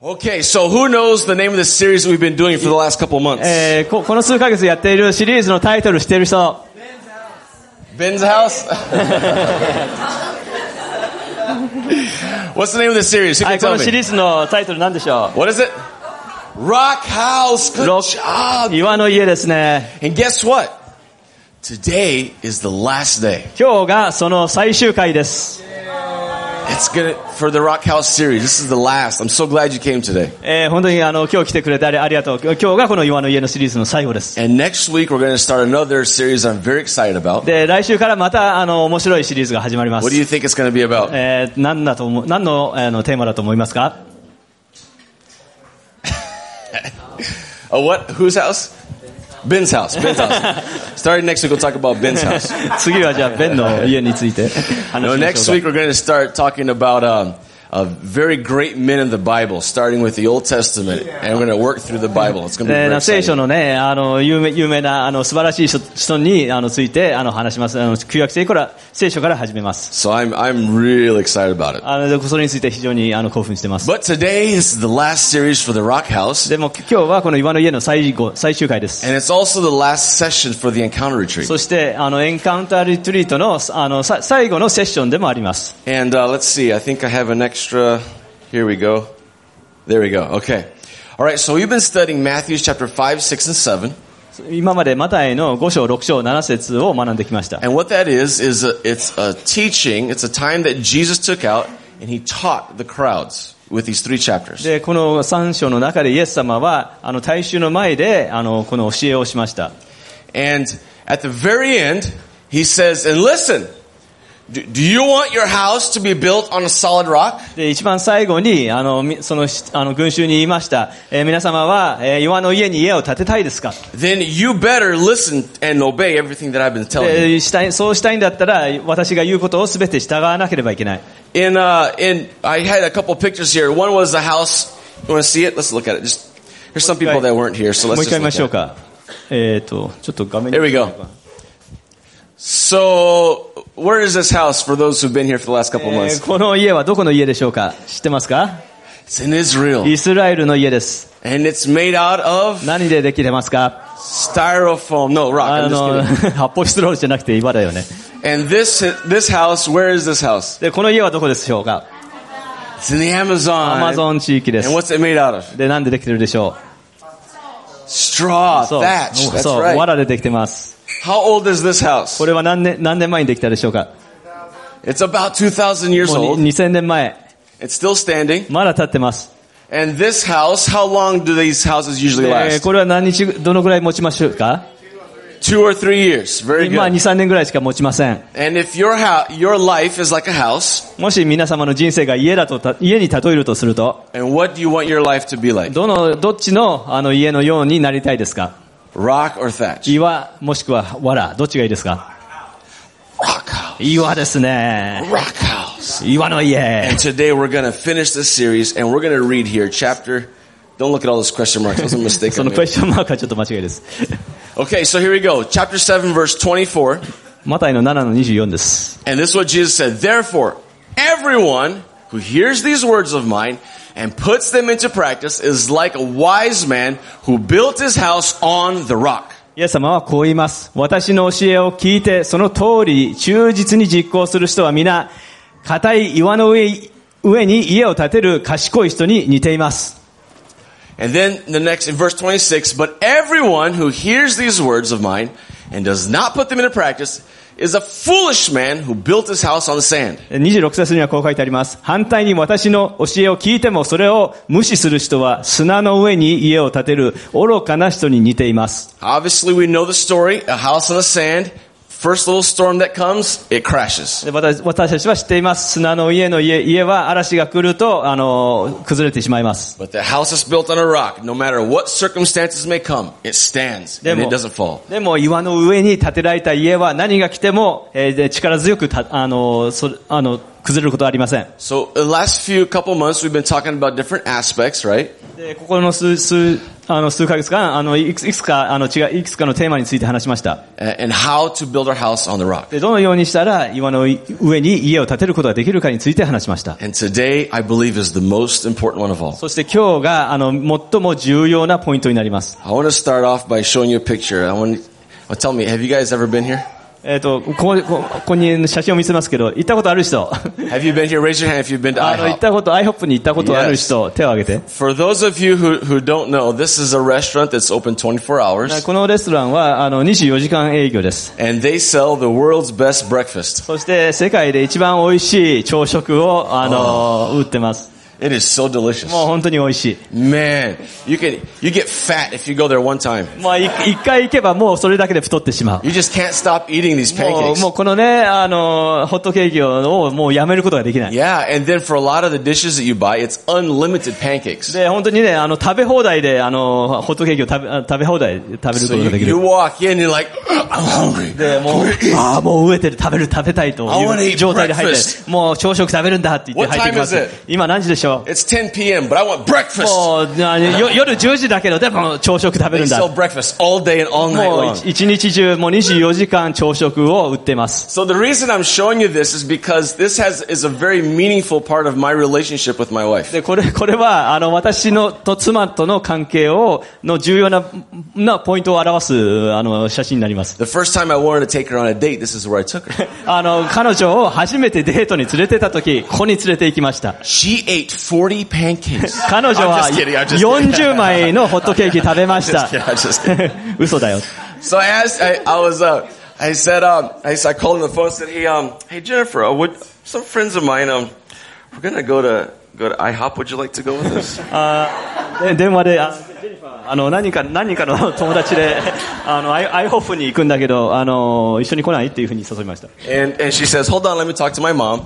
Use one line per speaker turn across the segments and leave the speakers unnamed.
Okay, so who knows the name of this series we've been doing for the last couple months?
えーここの数ヶ月やっているシリーズのタイトルしている人、
Ben's house. What's the name of this series? Who can
はい、こ
tell
のシリ
me?
ーズのタイトルなんでしょ
What is it? Rock House. Good
うロ
job.
岩の家ですね
And guess what? Today is the last day.
今日がその最終回です
It's gonna for the Rock House series. This is the last. I'm so glad you came today.
えー本当にあの今日来てくれてありありがとう今日がこの岩の家のシリーズの最後です
And next week we're gonna start another series I'm very excited about.
で来週からまたあの面白いシリーズが始まります
What do you think it's gonna be about?
えー何だと思う何のあのテーマだと思いますか
Oh, what? Whose house? Ben's house. Ben's house. Starting next week, we'll talk about Ben's house.
次はじゃあベンの家について
No,
話しま
next
しょう
week
か
we're going to start talking about um, uh, very great men in the Bible, starting with the Old Testament, and we're going to work through the Bible. It's going to be
えー
very
な聖書
exciting.
のね、あの、有名、有名な、あの、素晴らしい人人に、あの、ついて、あの、話します。あの、旧約聖書から、聖書から始めます。
So I'm I'm really excited about it.
あの、でそれについて非常に、あの、興奮してます。
But today is the last series for the Rock House,
でも、今日はこの岩の家の最後、最終回です。
and it's also the last session for the Encounter Retreat.
そして、あの、エンカウンターリトリートの、あの、さ最後のセッションでもあります。
And uh, let's see, I think I have an extra. Here we go. There we go. Okay. All right. So we've been studying Matthew chapter five, six, and seven.
今までマタイの5章、6章、7節を学んできました。
And what that is is a, it's a teaching. It's a time that Jesus took out and he taught the crowds with these three chapters.
で、この3章の中でイエス様は、あの、大衆の前で、あの、この教えをしました。
And at the very end, he says, "And listen, do, do you want your house to be built on a solid rock?"
で、一番最後に、あの、みその、しあの、群衆に言いました。えー皆様は、えー岩の家に家を建てたいですか
Then you better listen and obey everything that I've been telling you.
で、したい、そうしたいんだったら、私が言うことを全て従わなければいけない。
In uh, in I had a couple pictures here. One was the house. You want to see it? Let's look at it. Just there's some people that weren't here, so
もう
let's
一回見まし
just
ょ
look
う
at it.
か。えっ、と、ちょっと画面に。
There we go. So where is this house for those who've been here for the last couple
え
of
ー
months?
この家はどこの家でしょうか知ってますか
It's in Israel,
イスラエルの家です。
and it's made out of
何でできてますか
styrofoam. No rock.
あ
I'm
の、
just
発泡スチロールじゃなくて岩だよね。
kidding. And this this house, where is this house?
で、この家はどこでしょうか
It's in the
ア
Amazon.
マゾン地域です
And。what's it made out of?
で、なんでできてるでしょ
Straw,
うそう、
thatch. That's
そう、
right.
藁でできてます。
How old is this house?
これは何年、何年前にできたでしょうか
It's about 2,000 years
もう
old.
に2000年前。
It's still standing.
まだ経ってます。
And this house, how long do these houses usually
えー
last?
これは何日、どのぐらい持ちましょうか
Two or three years. Very
今、2、
good.
3年ぐらいしか持ちません。
And if your ha- your life is like a house,
もし皆様の人生が家だとた、家に例えるとすると、
and what do you want your life to be like?
どの、どっちの、あの、家のようになりたいですか
Rock or thatch?
岩、もしくは藁、どっちがいいですか
Rock house.
岩ですね。
Rock house.
岩の家
And。today we're gonna finish this series, and we're gonna read here chapter. Don't look at all those question marks. That was a mistake.
そ
I
のクエ
made.
スチョンマークはちょっと間違いです。
Okay, so here we go. Chapter seven, verse twenty-four.
マタイの7の24です。
And this is what Jesus said. Therefore, everyone who hears these words of mine and puts them into practice is like a wise man who built his house on the rock.
イエス様はこう言います。私の教えを聞いて、その通り忠実に実行する人は皆、硬い岩の上上に家を建てる賢い人に似ています。
And then the next in verse 26, but everyone who hears these words of mine and does not put them into practice is a foolish man who built his house on the sand.
26節にはこう書いてあります。反対に私の教えを聞いてもそれを無視する人は砂の上に家を建てる愚かな人に似ています。
Obviously we know the story, a house on the sand, first little storm that comes, it crashes.
で私私たちは知っています。砂の家の家、家は嵐が来ると、あの、崩れてしまいます。
But the house is built on a rock. No matter what circumstances may come, it stands
で
and
も
it doesn't fall.
でも岩の上に建てられた家は何が来ても、えーで力強くた、あの、そあの、崩れることはありません。
So the last few couple months we've been talking about different aspects, right?
でここの数数あの数ヶ月間あのいくついくつかあの違ういくつかのテーマについて話しました。
A- And how to build our house on the rock.
でどのようにしたら岩の上に家を建てることができるかについて話しました。
And today I believe is the most important one of all.
そして今日があの最も重要なポイントになります。
I want to start off by showing you a picture. I want to tell me, have you guys ever been here?
えっ、とこここここに写真を見せますけど行ったことある人
Have you been here? Raise your hand if you've been to
あの行
IHOP.
ったことアイホップに行ったことある人手を挙げて。
For those of you who, who don't know, this is a restaurant that's open 24 hours
このレストランはあの24時間営業です。
and they sell the world's best breakfast.
そして世界で一番美味しい朝食をあの売ってます。
It is so delicious.
もう本当に美味しい。
Man, you can, you get fat if you go there one time.
まあ、い一回行けばもうそれだけで太ってしまう。
You just can't stop eating these
もう
pancakes.
もうこのね、あの、ホットケーキをもうやめることができない。
Yeah, and then for a lot of the dishes that you buy, it's unlimited pancakes.
で、本当にね、あの、食べ放題で、あの、ホットケーキを食べ、あ食べ放題で食べるこ
So
と
you,
ができ
you
る。
walk in, you're like, I'm hungry.
で、もう、ああ、もう飢えてる、食べる、食べたいと
I wanna
い
eat
う状態で入って
breakfast.、
もう朝食食べるんだって言って
What
入ってきます
time is it?。
今何時でしょ
It's 10 p.m., but I want
う
breakfast.
もう、あよ夜10時だけど、でも朝食食べ
They
るんだ。
sell
も
breakfast all day and all night
う
long.
一日中、もう24時間朝食を売ってます。
So the reason I'm showing you this is because this has is a very meaningful part of my relationship with my wife.
で、これ、これは、あの、私の、と妻との関係を、の重要な、なポイントを表す、あの、写真になります。
The first time I wanted to take her on a date, this is where I took her.
あの、彼女を初めてデートに連れてた時、ここに連れて行きました。
She ate 40 pancakes.
彼女は、
I'm just kidding, I'm just kidding.
40 枚のホットケーキ食べま
Just
した
kidding, I'm。just kidding.
嘘だよ。
So I asked, I, I was, uh, I said, um, I, I called him on the phone and said, hey, um, hey Jennifer, uh, would, some friends of mine, um, we're gonna go to, go to IHOP. Would you like to go with us?
あで電話で、ああの、何人か、何人かの友達で、あの、アイアイホップに行くんだけど、あの、一緒に来ないっていうふうに誘いました。
and, and she says, hold on, let me talk to my mom.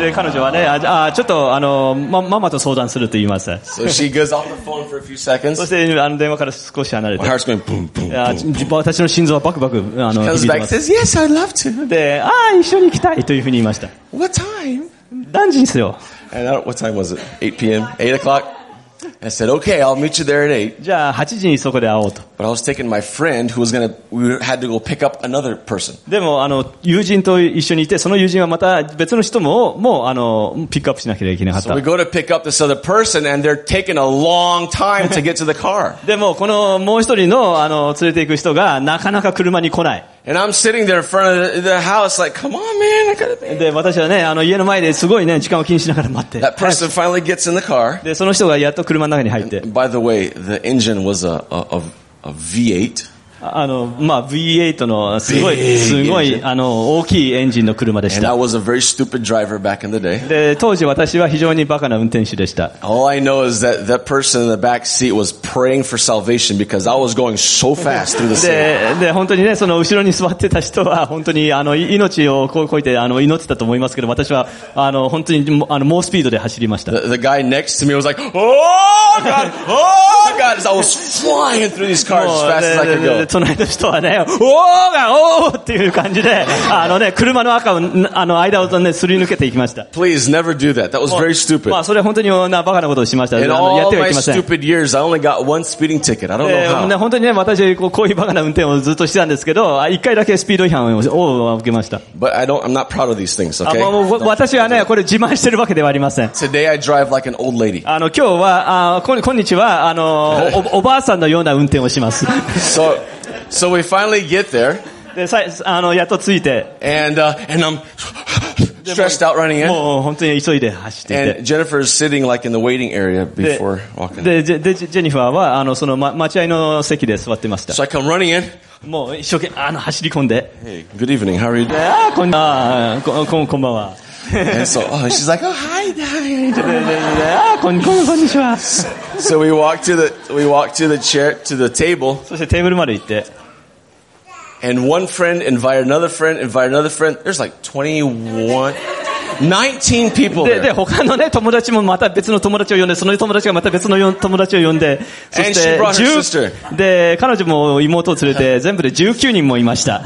でで彼女はね、あじゃあ、ちょっと、あの、ま、ママと相談すると言います。
So she goes off the phone for a few
そし
seconds.
て、あの、電話から少し離れて
My。heart's going boom, boom,
いや
boom.
じ私の心臓はバクバク、あの、響い
Comes
て
back
ま
and says,
す。
yes, I'd love to.
で、ああ、一緒に行きたいというふうに言いました。
What time?
何時にすよ。
And I don't, what time was it? 8 p.m., 8 o'clock. I said, okay, I'll meet you there at 8.
じゃあ、8時にそこで会おうと。
But I was taking my friend who was gonna, we had to go pick up another person.
でも、あの、友人と一緒にいて、その友人はまた別の人も、もう、あの、ピックアップしなければいけなかっ
So
た
we。go to pick up this other person, and they're taking a long time to get to the car.
でも、この、もう一人の、あの、連れて行く人が、なかなか車に来ない。
And I'm sitting there in front of the, the house, like, come on, man, I gotta be.
で、私はね、あの、家の前ですごいね、時間を気にしながら待って。
That person finally gets in the car.
で、その人がやっと車の中に入って、
And by the way, the engine was a, a, a, a V8.
あの、まあ、V8 の、すごい、すご
ビー
い、
ン
あの、大きいエンジンの車でし
And
た
I。was a very stupid driver back in the day.
で、当時私は非常にバカな運転手でした。
All I know is that that person in the back seat was praying for salvation because I was going so fast through the city.
で、で、本当にね、その後ろに座ってた人は、本当に、あの、い命をこう、こいて、あの、祈ってたと思いますけど、私は、あの、本当にも、あの、猛スピードで走りました。
The, the guy next to me was like, oh god, oh god, as I was flying through these cars as
もう
fast as I
で
could
で
go. Oh,
で隣の人はね、おーが、おーっていう感じで、あのね、車の赤を、あの、間をね、すり抜けていきました。
Please never do that. That was very stupid.
まあ、それは本当にな、バカなことをしました。あ
In
のやっ
all
ては
my
いけません。
stupid years, I only got one speeding ticket. I don't
えー
know
ね
how.
本当にね、私こう、こういうバカな運転をずっとしてたんですけど、あ一回だけスピード違反をを受けました。
But I don't. I'm not proud of these things.
あ
Okay.
もうもうわ私はね、これ自慢してるわけではありません。
Today I drive like an old lady.
あの、今日は、あこんこんにちは、あの お、おばあさんのような運転をします。
So, so we finally get there,
で、さいあの、やっと着いて、
and uh, and I'm stressed out running in.
もう本当に急いで走っていて
And。Jennifer is sitting like in the waiting area
で
before walking.
でジェでジェジェニファーは、あの、その、ま、待合の席で座ってました。
So I come running in.
もう一生懸命、あの、走り込んで、
Hey, good evening. How are you?
であーこんな、あーここんこんばんは。
And so oh, she's like, oh hi, hi.
ででであーこんこんこんにちは。
So we walk to the we walk to the chair to the table,
そしてテーブルまで行って、
and one friend invited another friend, invited another friend. There's like 21. 19 people
で、で、
there.
他のね、友達もまた別の友達を呼んで、その友達がまた別のよ友達を呼んで、そして
And she brought her
10、で、彼女も妹を連れて、全部で19人もい ました。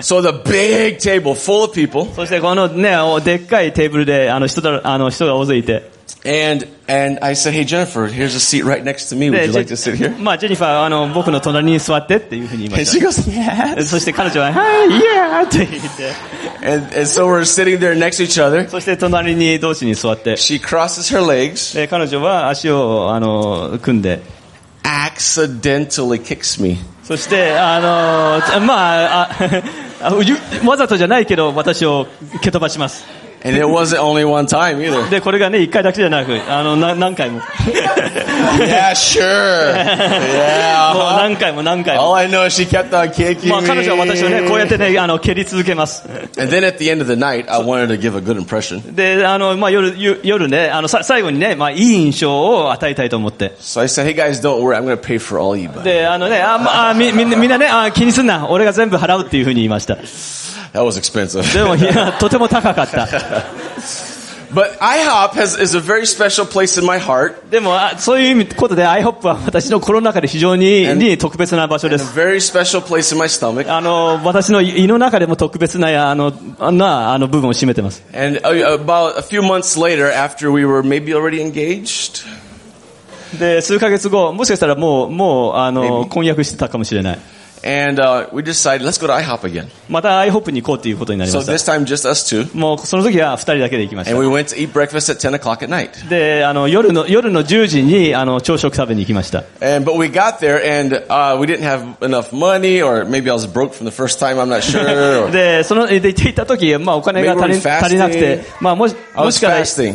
So the big table full of people
そしてこのね、おでっかいテーブルで、あの、人だ、あの、人が大勢いて。
and and I said, "Hey Jennifer, here's a seat right next to me.
で
Would you like to sit
ジ
here?"
ェまあ、ジェニファーは、あの、僕の隣に座ってっていうふうに言いま
And
し
she
た。
goes, "Yes."
そして彼女は、はい、イエーって言って、
And and so we're sitting there next to each other.
そして隣に同士に座って、
She crosses her legs,
で、彼女は足を、あの、組んで、
accidentally kicks me.
そして、あの、まあ、あゆわざとじゃないけど、私を蹴飛ばします。
And it wasn't only one time either.
で、これがね、一回だけじゃなく、あの、な何回も。もう
yeah, sure. Yeah. uh-huh.
何回も何回も。
All I know is she kept on kicking
まあ、彼女は私をね、こうやって
me.
ね、あの、蹴り続けます。
And then at the end of the night, I wanted to give a good impression.
で、あの、まあ、夜、ゆ夜ね、あの、さ最後にね、まあ、いい印象を与えたいと思って。
So I said, "Hey guys, don't worry. I'm going to pay for all you buy."
で、あのね、あ、まあ、み、みんなみんなね、あ、気にすんな。俺が全部払うっていうふうに言いました。
That was expensive.
でも、いや、とても高かった。
But IHOP has, is a very special place in my heart,
でも、あそういう意味、ことで、IHOP は私の心の中で非常に、に特別な場所で
a
す。
very special place in my stomach.
あの、私の胃の中でも特別な、あの、な、あの、部分を占めてます。
And uh, about a few months later, after we were maybe already engaged,
で、数ヶ月後、もしかしたらもう、もう、あの、
Maybe.
婚約してたかもしれない。
and uh, we decided let's go to IHOP again.
また IHOP に行こうっていうことになり
So
まし
this time, just us two,
た。もう、その時は二人だけで行きました
and。we went to eat breakfast at 10 o'clock at night.
で、あの、夜の、夜の10時に、あの、朝食食べに行きました。
And but we got there, and uh, we didn't have enough money, or maybe I was broke from the first time. I'm not sure. Or
で、その、で、行った時、まあ、お金が
Maybe
足り
we're fasting.
足りなくて、まあ、もし、
I
もし
was
かしたら、
fasting.
we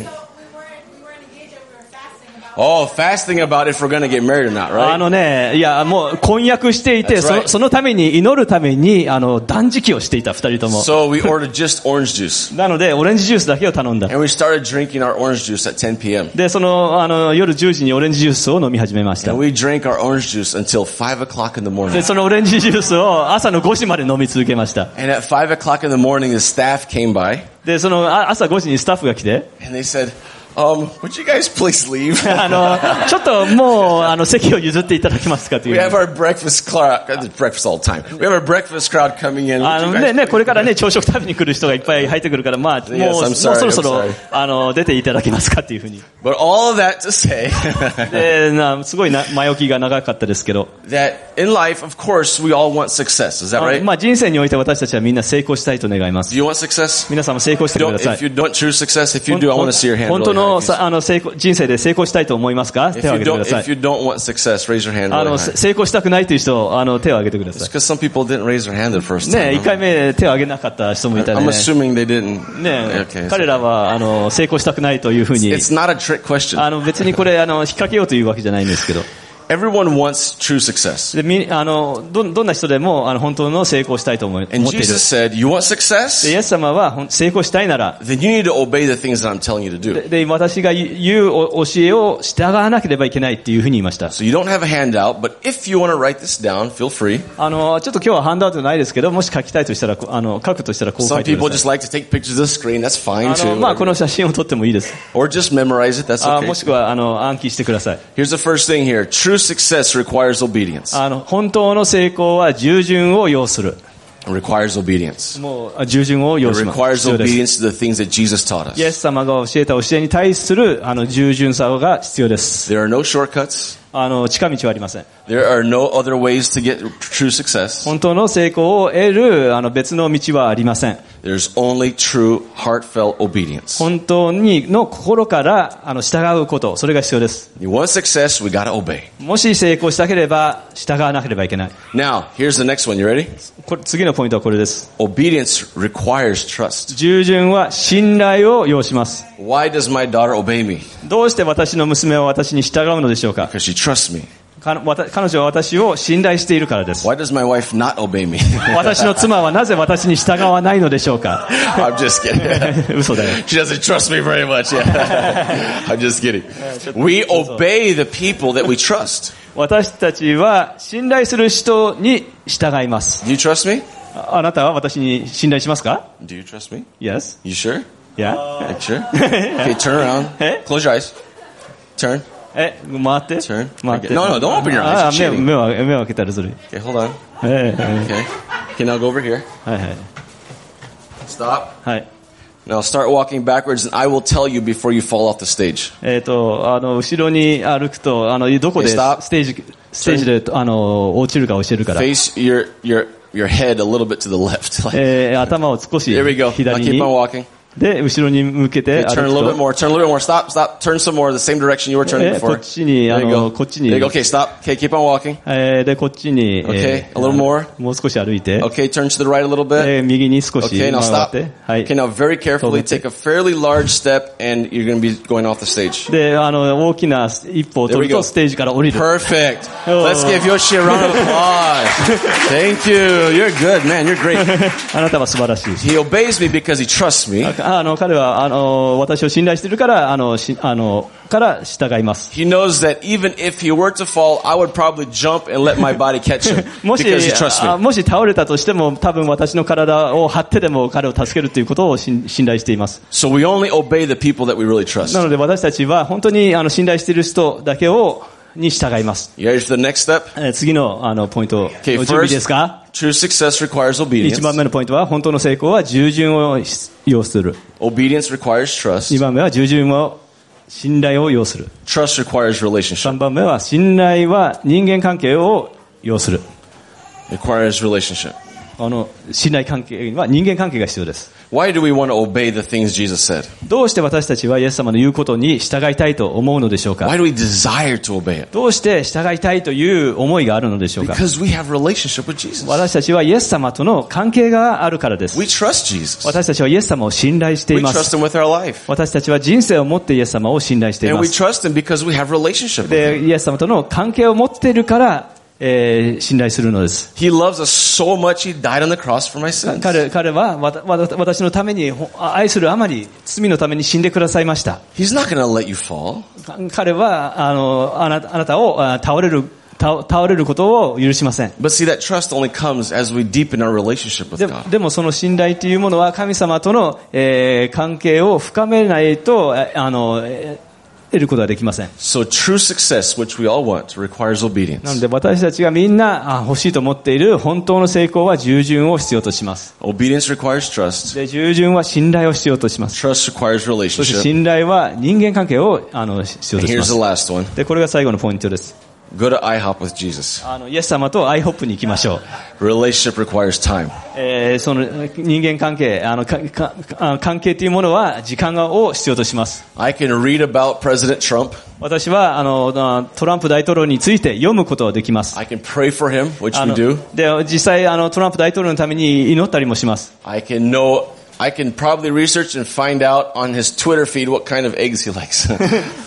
weren't, we weren't engaged yet, we were fasting about
Oh, fasting about if we're going to get married or not,
あ
right?
のね、いや、もう婚約していて、
That's
そ
right.
のそのために、祈るために、あの、断食をしていた二人とも。
So we ordered just orange juice,
なので、オレンジジュースだけを頼んだ。
and we started drinking our orange juice at 10 p.m.
で、その、あの、夜10時にオレンジジュースを飲み始めました
And。we drank our orange juice until 5 o'clock in the morning.
で、そのオレンジジュースを朝の5時まで飲み続けました。
And at 5 o'clock in the morning, the staff came by
で、その、あ朝5時にスタッフが来て、
and they said, um, Would you guys please leave?
あの、ちょっともう、あの、席を譲っていただけますかとい
We
う
have。our breakfast crowd, uh, breakfast all the time. We have our breakfast crowd coming in.
あ
Would
の
you
ね、ね、
guys
これからね、朝食食べに来る人がいっぱい入ってくるから、まあ、もう、
Yes, I'm
もう
sorry,
そろそ
I'm
ろ
sorry.、
あの、出ていただけますかっていうふうに。
But all of that to say
で、な、すごいな、前置きが長かったですけど。
that in life, of course, we all want success. Is that
あ
right?
まあ人生において私たちはみんな成功したいと願いま
Do
す。
you want success?
皆さんも成功してくだ
Don't,
さ
if
い。
you don't choose success, if
ほ
you
ん
do, I want to see your hand.
本
really high
当の
if you-
さあの成功人生で成功したいと思いますか
If
手を挙
you,
げ
don't,
てくださ
if
い。
you don't want success, raise your hand.
あ
Really
の、
high.
せ成功したくないという人、あの、手を挙げてくださ
Because some people didn't raise their hand the first
い。ね
time.
一
huh?
回目手を挙げなかった人もいたね
I'm。assuming they didn't.
ね
Okay.
彼らは、あの、成功したくないというふうに、
It's not a trick question.
あの、別にこれ、あの、引っ掛けようというわけじゃないんですけど。
Everyone wants true success.
で、み、あの、どん、どんな人でも、あの、本当の成功したいと思い思
And
っている。
Jesus said, You want
で、イ
success?
エス様は、ほん成功したいなら、
Then you need to obey the things that I'm telling you to do.
で、私が言うお教えを従わなければいけないっていうふうに言いました。
So you don't have a handout, but if you want to write this down, feel free.
あの、ちょっと今日はハンドアウトないですけど、もし書きたいとしたら、こあの、書くとしたらこう書
Some
いてく
people
だ
just
さ
like to take pictures of the screen. That's fine
い。あの、
too.
まあ、こ
whatever.
の写真を撮ってもいいです。
Or just memorize it. That's
あもし
okay.
くは、あの、暗記してください。
Here's the first thing here. True success requires obedience.
あの、本当の成功は従順を要する。
It requires obedience.
もう、あ従順を
It
要します。
requires
必要です。
obedience to the things that Jesus taught
イエ
us.
ス様が教えた教えに対する、あの、従順さが必要です。
There are no shortcuts.
あの、近道はありません。
There are no other ways to get true success.
本当の成功を得る、あの、別の道はありません。
There's only true heartfelt obedience.
本当にの心からあの従うこと、それが必要です。
You want success, we gotta obey.
もし成功したければ、従わなければいけない。
Now, here's the next one. You ready?
これ次のポイントはこれです。
Obedience requires trust.
従順は信頼を要します。
Why does my daughter obey me?
どうして私の娘は私に従うのでしょうか
Because she trusts me.
かわた彼女は私を信頼しているからです。
Why does my wife not obey me?
私の妻はなぜ私に従わないのでしょうか
I'm just kidding.
嘘だよ。
she doesn't trust me very much. Yeah. I'm just kidding. We obey the people that we trust.
私たちは信頼する人に従います。
Do you trust me?
ああなたは私に信頼しますか
Do you trust me?
?Yes.
You sure?
Yeah?
Sure. okay, turn
Eh?
around. Close your eyes. Turn.
え、回って。
Turn.
回って。
No, no, don't open your eyes.
あ
It's
目を
cheating.
目を開け目を開けたらずるい。
Okay, hold on.
ええ
Okay. Okay, now go over here.
ええはいはい。
Stop.
はい。
Now start walking backwards, and I will tell you before you fall off the stage.
えっ、と、あの、後ろに歩くと、あの、どこで、
Hey, stop.
ステージ、ステージで、あの、落ちるか教えるから。
Face your your your head a little bit to the left. Like,
えー頭を少し
here we go. Now
左
keep on
に。
walking.
で、後ろに向けて
Okay,
歩
turn a
く
little bit
と。
more. Turn a little bit more. Stop. Stop. Turn some more. The same direction you were turning
え
before.
こっちに、あ
There you
の、
go.
こっち
There
に。
you go. Okay, stop. Okay, keep on walking.
えーで、こっちに、え
Okay, a little more.
もう少し歩いて、
Okay, turn to the right a little bit.
えー右に少し
Okay,
回
now
っ
stop.
て、はい
Okay,。now very carefully
Totally.
take a fairly large step and you're going to be going off the stage.
で、あの、大きな一歩を取る
There we go.
とステージから降りる。
Perfect.
Oh.
Let's give Yoshi a round of applause. Thank you. You're good, man. You're great.
あなたは素晴らしい。
He obeys me because he trusts me.
あの、彼は、あの、私を信頼してるから、あの、し、あの、から従います。
He knows that even if he were to fall, I would probably jump and let my body catch him
もし
because he trusts、
あ
me.
もし倒れたとしても、多分私の体を張ってでも彼を助けるということを信信頼しています。
So we only obey the people that we really trust.
なので私たちは本当に、あの、信頼している人だけを、に従います。
You ready for the next step?
えー次の、あの、ポイント、お準
Okay,
備です
first,
か
true success requires
一
obedience.
番目のポイントは、本当の成功は従順を要する。
Obedience requires trust.
二番目は従順を、信頼を要する。
Trust requires relationship.
三番目は、信頼は人間関係を要する。
Requires relationship.
あの、信頼関係は人間関係が必要です。
Why do we want to obey the things Jesus said?
どうして私たちはイエス様の言うことに従いたいと思うのでしょう
Why
か
do we desire to obey it?
どうして従いたいという思いがあるのでしょうか
Because we have relationship with Jesus.
私たちはイエス様との関係があるからです
We。trust Jesus.
私たちはイエス様を信頼してい
We
ま
trust
す。
him with our life.
私たちは人生を持ってイエス様を信頼してい
And
ま
we
す。
trust him because we have relationship with him.
で、イエス様との関係を持っているから、えー信頼するのです。
He loves us so much he died on the cross for my sins.
彼彼はわたわた私のためにほ愛するあまり罪のために死んでくださいました。
He's not going to let you fall.
か彼はあのあなたあなたをあ倒れる倒倒れることを許しません
But see, that trust only comes as we deepen our relationship with
で
God.
でもその信頼というものは神様との、えー関係を深めないとああの、えー得ることはできません
So true success, which we all want, requires
なの
obedience.
で私たちがみんなあ欲しいと思っている本当の成功は従順を必要とします
Obedience requires trust.
で従順は信頼を必要とします
Trust requires
そして
relationship.
信頼は人間関係をあの必要
And
とし
here's
ま
the
す
last one.
でこれが最後のポイントです
Go to IHOP with Jesus.
あのイエス様とアイホップに行きましょう
Relationship requires time.
えーその人間関係あのかかあの関係というものは時間を必要とします
I can read about President Trump.
私はあのあトランプ大統領について読むことはできます
I can pray for him, which
あ
we
の
do.
で実際あのトランプ大統領のために祈ったりもします
I can know. I can probably research and find out on his Twitter feed what kind of eggs he likes.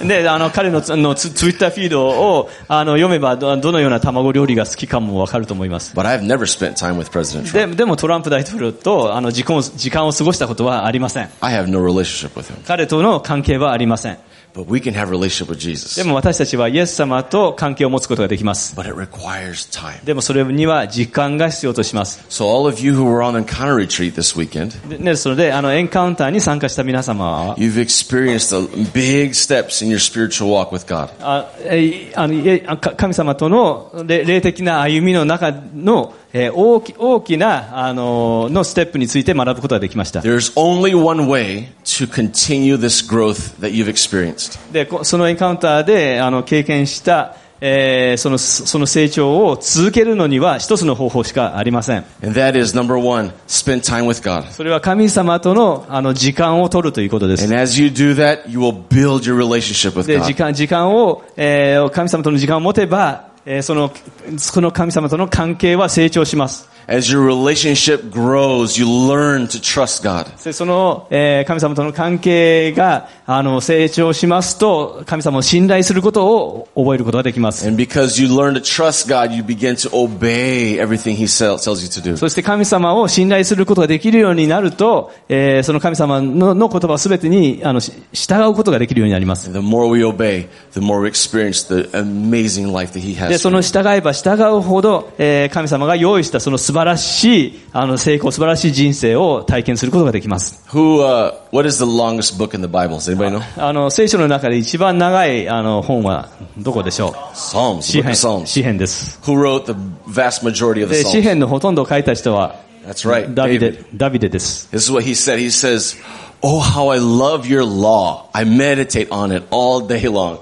であの彼のつあのツツイッターフィードをあの読めばどどのような卵料理が好きかもわかると思います
but I've never spent time with President Trump.
ででもトランプ大統領とあの時間を時間を過ごしたことはありません
I have no relationship with him.
彼との関係はありません
But we can have a relationship with Jesus.
でも私たちはイエス様と関係を持つことができます
But it requires time.
でもそれには時間が必要とします
So all of you who were on Encounter Retreat this weekend,
でね、それで、あの、エンカウンターに参加した皆様は、
you've experienced the big steps in your spiritual walk with God.
あえいあのいえあか神様とのれ霊的な歩みの中の、えー大き大きな、あののステップについて学ぶことができました。
There's only one way to continue this growth that you've experienced.
で、こそのエンカウンターで、あの、経験した、えーその、そその成長を続けるのには一つの方法しかありません。
And that is number one, spend time with God.
それは神様との、あの、時間を取るということです
And。as you do that, you will build your relationship with
で、時
God.
間、時間を、えー神様との時間を持てば、えーその、その神様との関係は成長します。
As your relationship grows, you learn to trust God.
でその、えー神様との関係があの成長しますと神様を信頼することを覚えることができます。
And because you learn to trust God, you begin to obey everything He sell- tells you to do.
そして神様を信頼することができるようになると、えーその神様のの言葉すべてにあのし従うことができるようになります。
And the more we obey, the more we experience the amazing life that He has
で、
ask
そ
you.
の従えば従うほど、えー神様が用意したその素晴らしい、あの成功、素晴らしい人生を体験することができます。
Who? Uh, what is the longest book in the Bible? Does anybody know?
あの、聖書の中で一番長い、あの、本はどこでしょう
Psalms. the
詩
book
編。
of Psalms.
詩編です。
Who wrote the vast majority of the
で、詩
Psalms?
編のほとんどを書いた人は、
That's right.
ダビ
David.
デ、ダビデです。
This is what he said. He says, "Oh, how I love your law! I meditate on it all day long."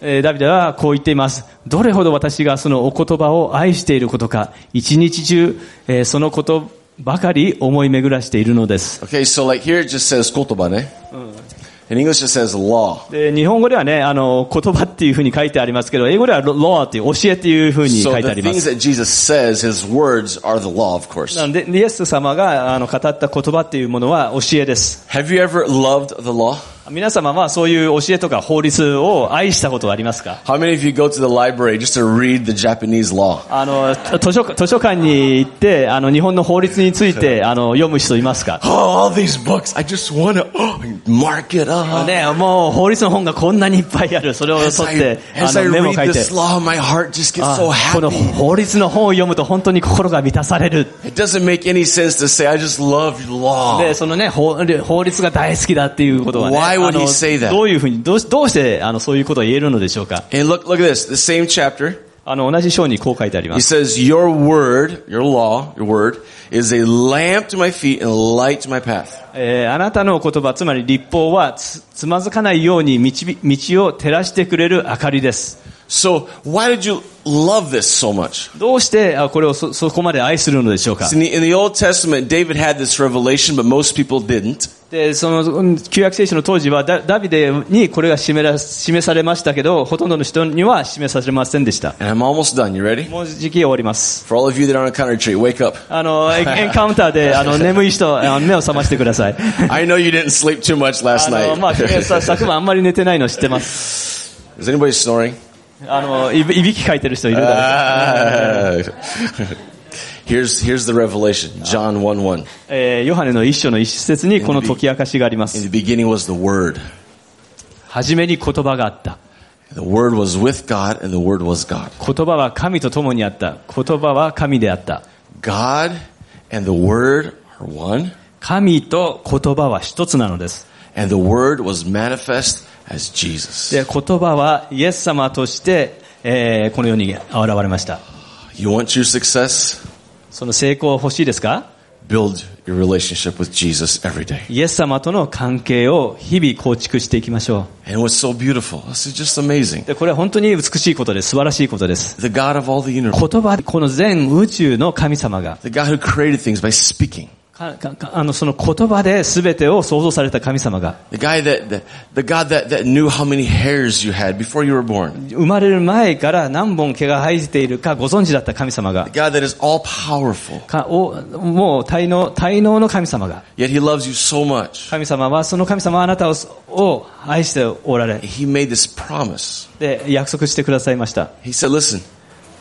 えーダビデはこう言っています。どれほど私がそのお言葉を愛していることか、一日中、えーそのことばかり思い巡らしているのです。
Okay, so like here it just says kotobane. In English it says law.
で日本語ではね、あの、言葉っていうふうに書いてありますけど、英語ではロロアっていう教えっていうふうに書
So
いてあ
the
りま
things
す。
that Jesus says, his words are the law, of course.
なんで、イエス様があの語った言葉っていうものは教えです。
Have you ever loved the law?
皆様はそういう教えとか法律を愛したことはありますか
How many of you go to the library just to read the Japanese law?
あの、図書図書館に行って、あの、日本の法律について、あの、読む人いますか
Oh, all these books. I just want to mark it up.
ね、もう法律の本がこんなにいっぱいある。それを取
As I,
って、あ
as I
のメモ
read
書いて
this。law, my heart just gets
あ
so
この
happy.
法律の本を読むと本当に心が満たされる。
It doesn't make any sense to say, I just love law.
で、そのね、法で法律が大好きだっていうことはね、
Why would
あの
he say that?
どういうふうに、どうしどうしてあのそういうことを言えるのでしょうか。
And look, look at this. The same chapter.
あの、同じ章にこう書いてありま
He
す。
says, your word, your law, your word is a lamp to my feet and a light to my path.
えーあなたの言葉、つまり立法はつ、つまずかないように道び道を照らしてくれる明かりです。
So why did you love this so much?
どうしてあこれをそ、そこまで愛するのでしょうか
See,。In the, in the Old Testament, David had this revelation, but most people didn't.
で、その、うん旧約聖書の当時はダ、ダビデにこれが示ら示されましたけど、ほとんどの人には示されませんでした。
And I'm almost done. You ready?
もうじき終わります。
For all of you that are on a counter retreat, wake up.
あの、エンエンカウンターで、あの、眠い人、あの目を覚ましてください。
I know you didn't sleep too much
あ
last
の、まあ、
night.
さ昨晩あんまり寝てないの知ってます。
Is anybody snoring?
あの、いびいびきかいてる人いるだろう
Ah. here's here's the revelation. John one one.
えーヨハネの一章の一節にこの解き明かしがありま
In
す。
the beginning was the Word.
はじめに言葉があった。
The Word was with God, and the Word was God.
言葉は神と共にあった。言葉は神であった。
God and the Word are one,
神と言葉は一つなのです。
and the Word was manifest as Jesus.
で、言葉はイエス様として、えーこの世に現れました。
You want true success?
その成功欲しいですか
Build your relationship with Jesus every day.
イエス様との関係を日々構築していきましょ
And what's so beautiful? This is just amazing.
う。で、これは本当に美しいことです。素晴らしいことです。
The God of all the universe,
言葉、この全宇宙の神様が、
the God who created things by speaking.
かかかあの、その言葉で全てを創造された神様が、
The guy that, the, the God that, that knew how many hairs you had before you were born.
生まれる前から何本毛が生えているかご存知だった神様が
The、God that is all powerful.
かおもう滞納、滞納の神様が、
Yet he loves you so much.
神様は、その神様はあなたをを愛しておられ、
He made this promise.
で、約束してくださいました。
He said, listen,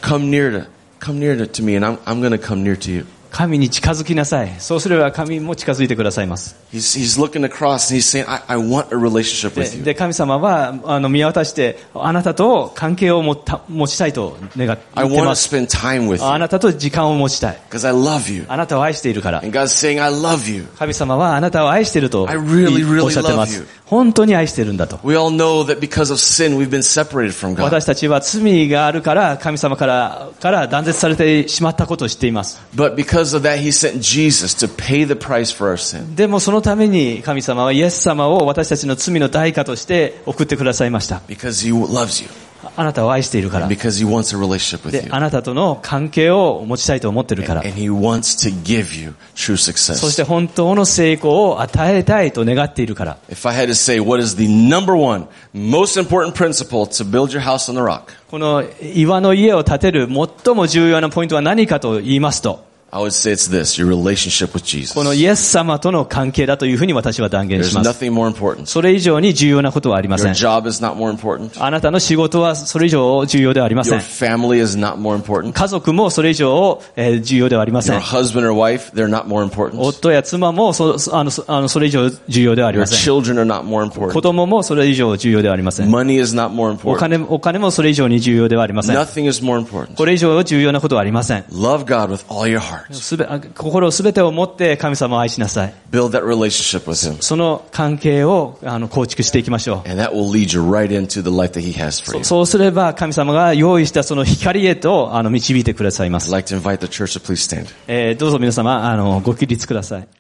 come near to, come near to, to me and I'm, I'm going to come near to you.
神に近づきなさい。そうすれば神も近づいてくださいます。
He's, he's looking across and he's saying, I, I want a relationship
で
with you.
で神様はあの見渡してあなたと関係を持った持ちたいと願って
I
ま
want to
す
spend time with
あ
you
なたと時間を持ちたい
because I love you.
あなたを愛しているから
And God's saying, I love you.
神様はあなたを愛していると
I really, really
おっしゃってま
love
す
you.
本当に愛しているんだと
We all know that because of sin, we've been separated from God.
私たちは罪があるから神様からから断絶されてしまったことを知っています
But because of that, He sent Jesus to pay the price for our sin.
でもそのために神様はイエス様を私たちの罪の代価として送ってくださいました
Because He loves you.
あなたを愛しているから
Because He wants a relationship with
で
you.
あなたとの関係を持ちたいと思ってるから
And He wants to give you true
そし
success.
て本当の成功を与えたいと願っているから。
If I had to say what is the number one most important principle to build your house on the rock,
この岩の家を建てる最も重要なポイントは何かと言いますと、
I would say it's this, your relationship with
この
Jesus.
イエス様との関係だというふうに私は断言
There's
します。
nothing more important.
それ以上に重要なことはありませ
Your
ん。
job is not more important.
あなたの仕事はそれ以上重要ではありませ
Your
ん。
family is not more important.
家族もそれ以上、えー重要ではありませ
Your
ん。
husband or wife, they're not more important.
夫や妻もそそあのそあのそれ以上重要ではあり
Your
ません。
children are not more
子
important.
供もそれ以上重要ではありません。
Money is not more
お
important.
金お金もそれ以上に重要ではありません。
Nothing is more important.
これ以上重要なことはありません。
Love God with all your heart.
すべあ心をすべてを持って神様を愛しなさい。
Build that relationship with Him.
その関係をあの構築していきましょ
And that will lead you right into the life that He has for
う。
you.
そうすれば神様が用意したその光へとあの導いてくださいま
I'd
す。
like to invite the church to please stand.
えーどうぞ皆様あのご起立ください。